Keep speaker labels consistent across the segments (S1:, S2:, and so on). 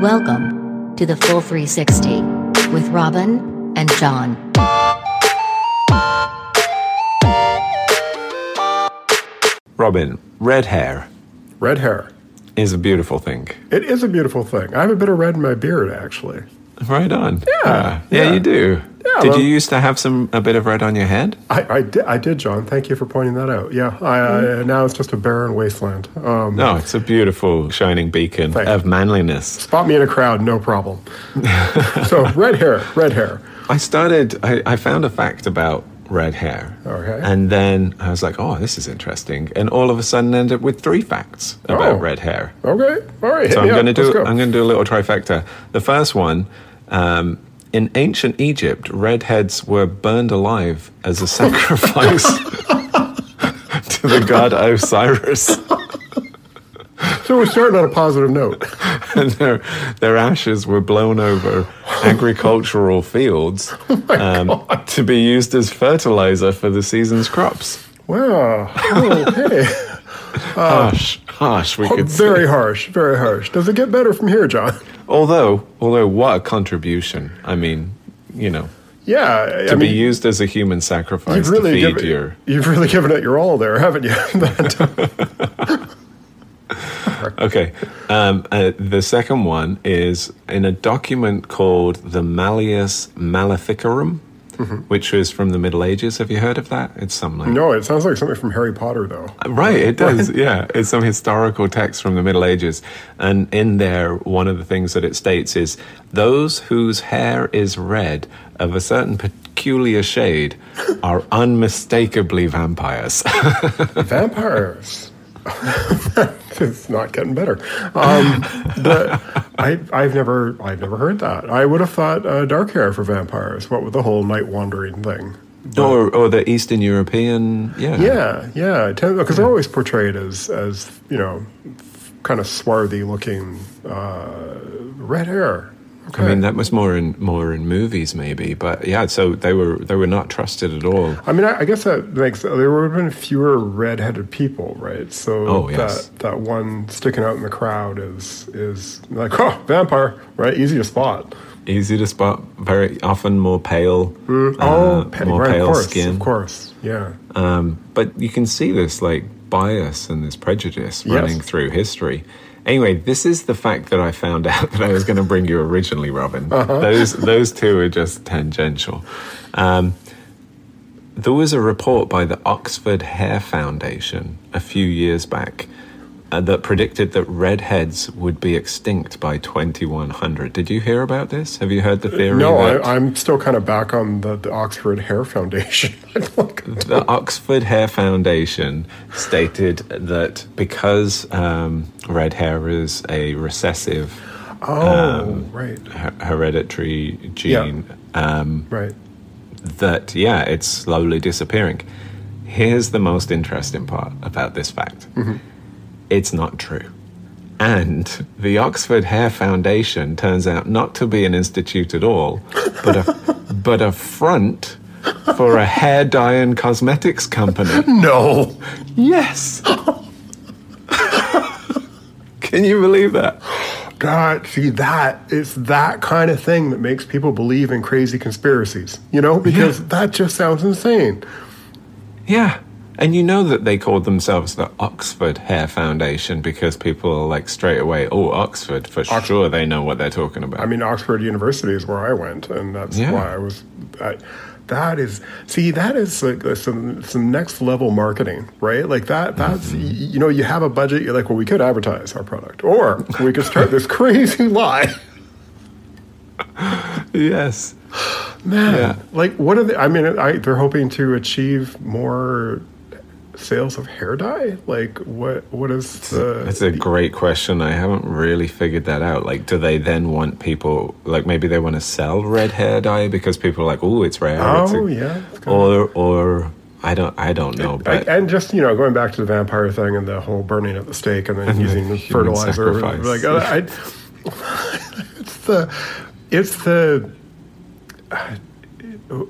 S1: Welcome to the Full 360 with Robin and John.
S2: Robin, red hair
S3: Red hair.
S2: is a beautiful thing.
S3: It is a beautiful thing. I have a bit of red in my beard, actually.
S2: Right on. Uh,
S3: Yeah,
S2: Yeah,
S3: yeah.
S2: you do.
S3: Yeah,
S2: Did
S3: well-
S2: you used to have some a bit of red on your head?
S3: I, I, did, I did, John. Thank you for pointing that out. Yeah, I, I, now it's just a barren wasteland. Um,
S2: No, it's a beautiful shining beacon
S3: Thank you.
S2: of manliness.
S3: Spot me in a crowd, no problem. so, red hair, red hair.
S2: I started I, I found a fact about red hair.
S3: Okay.
S2: And then I was like, oh, this is interesting. And all of a sudden ended up with three facts about
S3: Oh.
S2: red hair.
S3: Okay, all right.
S2: So I'm
S3: hit me up.
S2: going to do
S3: Let's go.
S2: I'm going to do a little trifecta. The first one, um, in ancient Egypt, redheads were burned alive as a sacrifice to the god Osiris,
S3: so, we're starting on a positive note.
S2: and their their ashes were blown over agricultural fields
S3: Oh
S2: um, to be used as fertilizer for the season's crops.
S3: Wow. Okay.
S2: Harsh, harsh. We could say.
S3: Oh. very harsh, very harsh. Does it get better from here, John?
S2: Although, although, what a contribution! I mean, you know.
S3: Yeah.
S2: To
S3: I
S2: be
S3: mean,
S2: used as a human sacrifice
S3: you've really,
S2: to feed
S3: given,
S2: your
S3: you've really given it your all there, haven't you?
S2: Okay. Um, uh, the second one is in a document called the Malleus Maleficarum, which was from the Middle Ages. Have you heard of that? It's some like.
S3: no, it sounds like something from Harry Potter, though.
S2: Right, it does. Yeah, it's some historical text from the Middle Ages. And in there, one of the things that it states is those whose hair is red of a certain peculiar shade are unmistakably vampires.
S3: Vampires. it's not getting better. Um, the, I, I've never, I've never heard that. I would have thought uh, dark hair for vampires. What with the whole night wandering thing.
S2: or, or the Eastern European. Yeah.
S3: Yeah, yeah. Because they're always portrayed as, as you know, kind of swarthy looking uh, red hair. Okay.
S2: I mean, that was more in more in movies, maybe. But yeah, so they were they were not trusted at all.
S3: I mean, I, I guess that makes there would have been fewer red-headed people, right? So
S2: Oh, yes.
S3: that that one sticking out in the crowd is is like oh vampire, right? Easy to spot.
S2: Easy to spot, very often more pale, uh,
S3: oh, pa-
S2: more
S3: right,
S2: pale
S3: of course,
S2: skin.
S3: of course, yeah.
S2: Um, but you can see this like bias and this prejudice running through history. Anyway, this is the fact that I found out that I was going to bring you originally, Robin.
S3: Uh-huh.
S2: Those those two are just tangential. Um, there was a report by the Oxford Hair Foundation a few years back uh, that predicted that redheads would be extinct by 2100. Did you hear about this? Have you heard the theory?
S3: No,
S2: that-
S3: I, I'm still kind of back on the, the Oxford Hair Foundation. Like,
S2: the Oxford Hair Foundation stated that because um, red hair is a recessive
S3: oh, right,
S2: her- hereditary gene, um,
S3: right.
S2: that yeah, it's slowly disappearing. Here's the most interesting part about this fact: it's not true. And the Oxford Hair Foundation turns out not to be an institute at all, but a, but a front for a hair dye and cosmetics company.
S3: No,
S2: Yes. Can you believe that?
S3: God, see that it's that kind of thing that makes people believe in crazy conspiracies. You know, because
S2: Yeah.
S3: that just sounds insane.
S2: Yeah. And you know that they called themselves the Oxford Hair Foundation because people are like straight away, oh, Oxford, for sure they know what they're talking about.
S3: I mean, Oxford University is where I went, and that's
S2: Yeah.
S3: why I was. I, that is, see, that is like uh, some some next level marketing, right? Like
S2: Mm-hmm.
S3: that. That's y you know, you have a budget. You're like, well, we could advertise our product, or we could start this crazy lie.
S2: yes.
S3: Man,
S2: Yeah.
S3: like, what are they? I mean, I, they're hoping to achieve more sales of hair dye. Like, what? What is the?
S2: That's a great question. I haven't really figured that out. Like, do they then want people, like, maybe they want to sell red hair dye because people are like, oh, it's rare. it's a-"
S3: oh yeah. it's kinda-
S2: Or, or, I don't, I don't know.
S3: I,
S2: But
S3: and just you know, going back to the vampire thing and the whole burning at the stake and then using
S2: the
S3: the
S2: human
S3: fertilizer,
S2: sacrifice.
S3: like uh, I, it's the, it's the.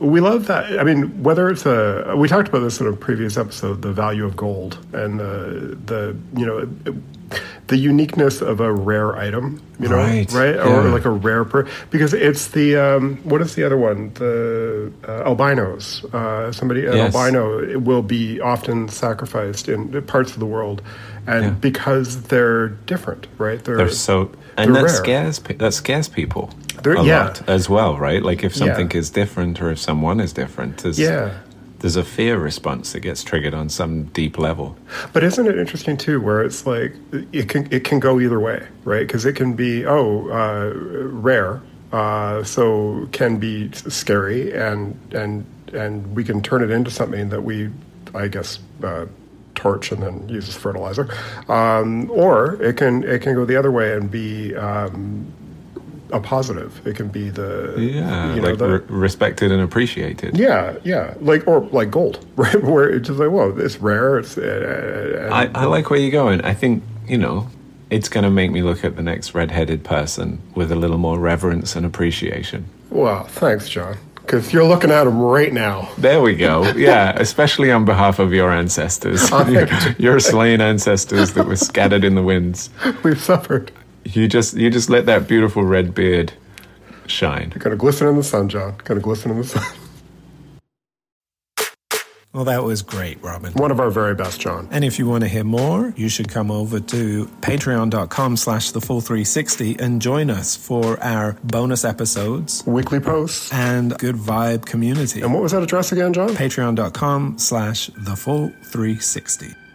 S3: We love that. I mean, whether it's a we talked about this in a previous episode, the value of gold and the the you know the uniqueness of a rare item, you know,
S2: Right,
S3: right?
S2: yeah.
S3: Or like a rare per because it's the um, what is the other one? The uh, albinos. Uh, somebody an
S2: Yes.
S3: albino will be often sacrificed in parts of the world, and
S2: Yeah.
S3: because they're different, right?
S2: They're so, and
S3: they're
S2: that
S3: rare.
S2: scares pe- that scares people
S3: They're-
S2: a
S3: yeah.
S2: lot as well, right? Like if
S3: Yeah.
S2: something is different or if someone is different, there's,
S3: yeah.
S2: there's a fear response that gets triggered on some deep level.
S3: But isn't it interesting too, where it's like it can it can go either way, right? Because it can be oh uh, rare, uh, so can be s- scary, and and and we can turn it into something that we, I guess, uh, torch and then use as fertilizer, um, or it can it can go the other way and be. Um, a positive. It can be the
S2: Yeah,
S3: you know,
S2: like
S3: the-
S2: re- respected and appreciated.
S3: yeah, yeah, like or like gold, right? Where it's just like whoa, it's rare. It's uh, and-
S2: I, I like where you're going. I think, you know, it's going to make me look at the next redheaded person with a little more reverence and appreciation.
S3: Well, thanks, John. Because you're looking at him right now.
S2: There we go. Yeah, especially on behalf of your ancestors, your, your slain ancestors that were scattered in the winds.
S3: We've suffered.
S2: You just you just let that beautiful red beard shine.
S3: Gonna glisten in the sun, John. Gonna glisten in the sun.
S4: Well, that was great, Robin.
S3: One of our very best, John.
S4: And if you want to hear more, you should come over to patreon.com slash the full 360 and join us for our bonus episodes
S3: Weekly posts.
S4: and good vibe community.
S3: And what was that address again, John?
S4: Patreon.com slash the full 360.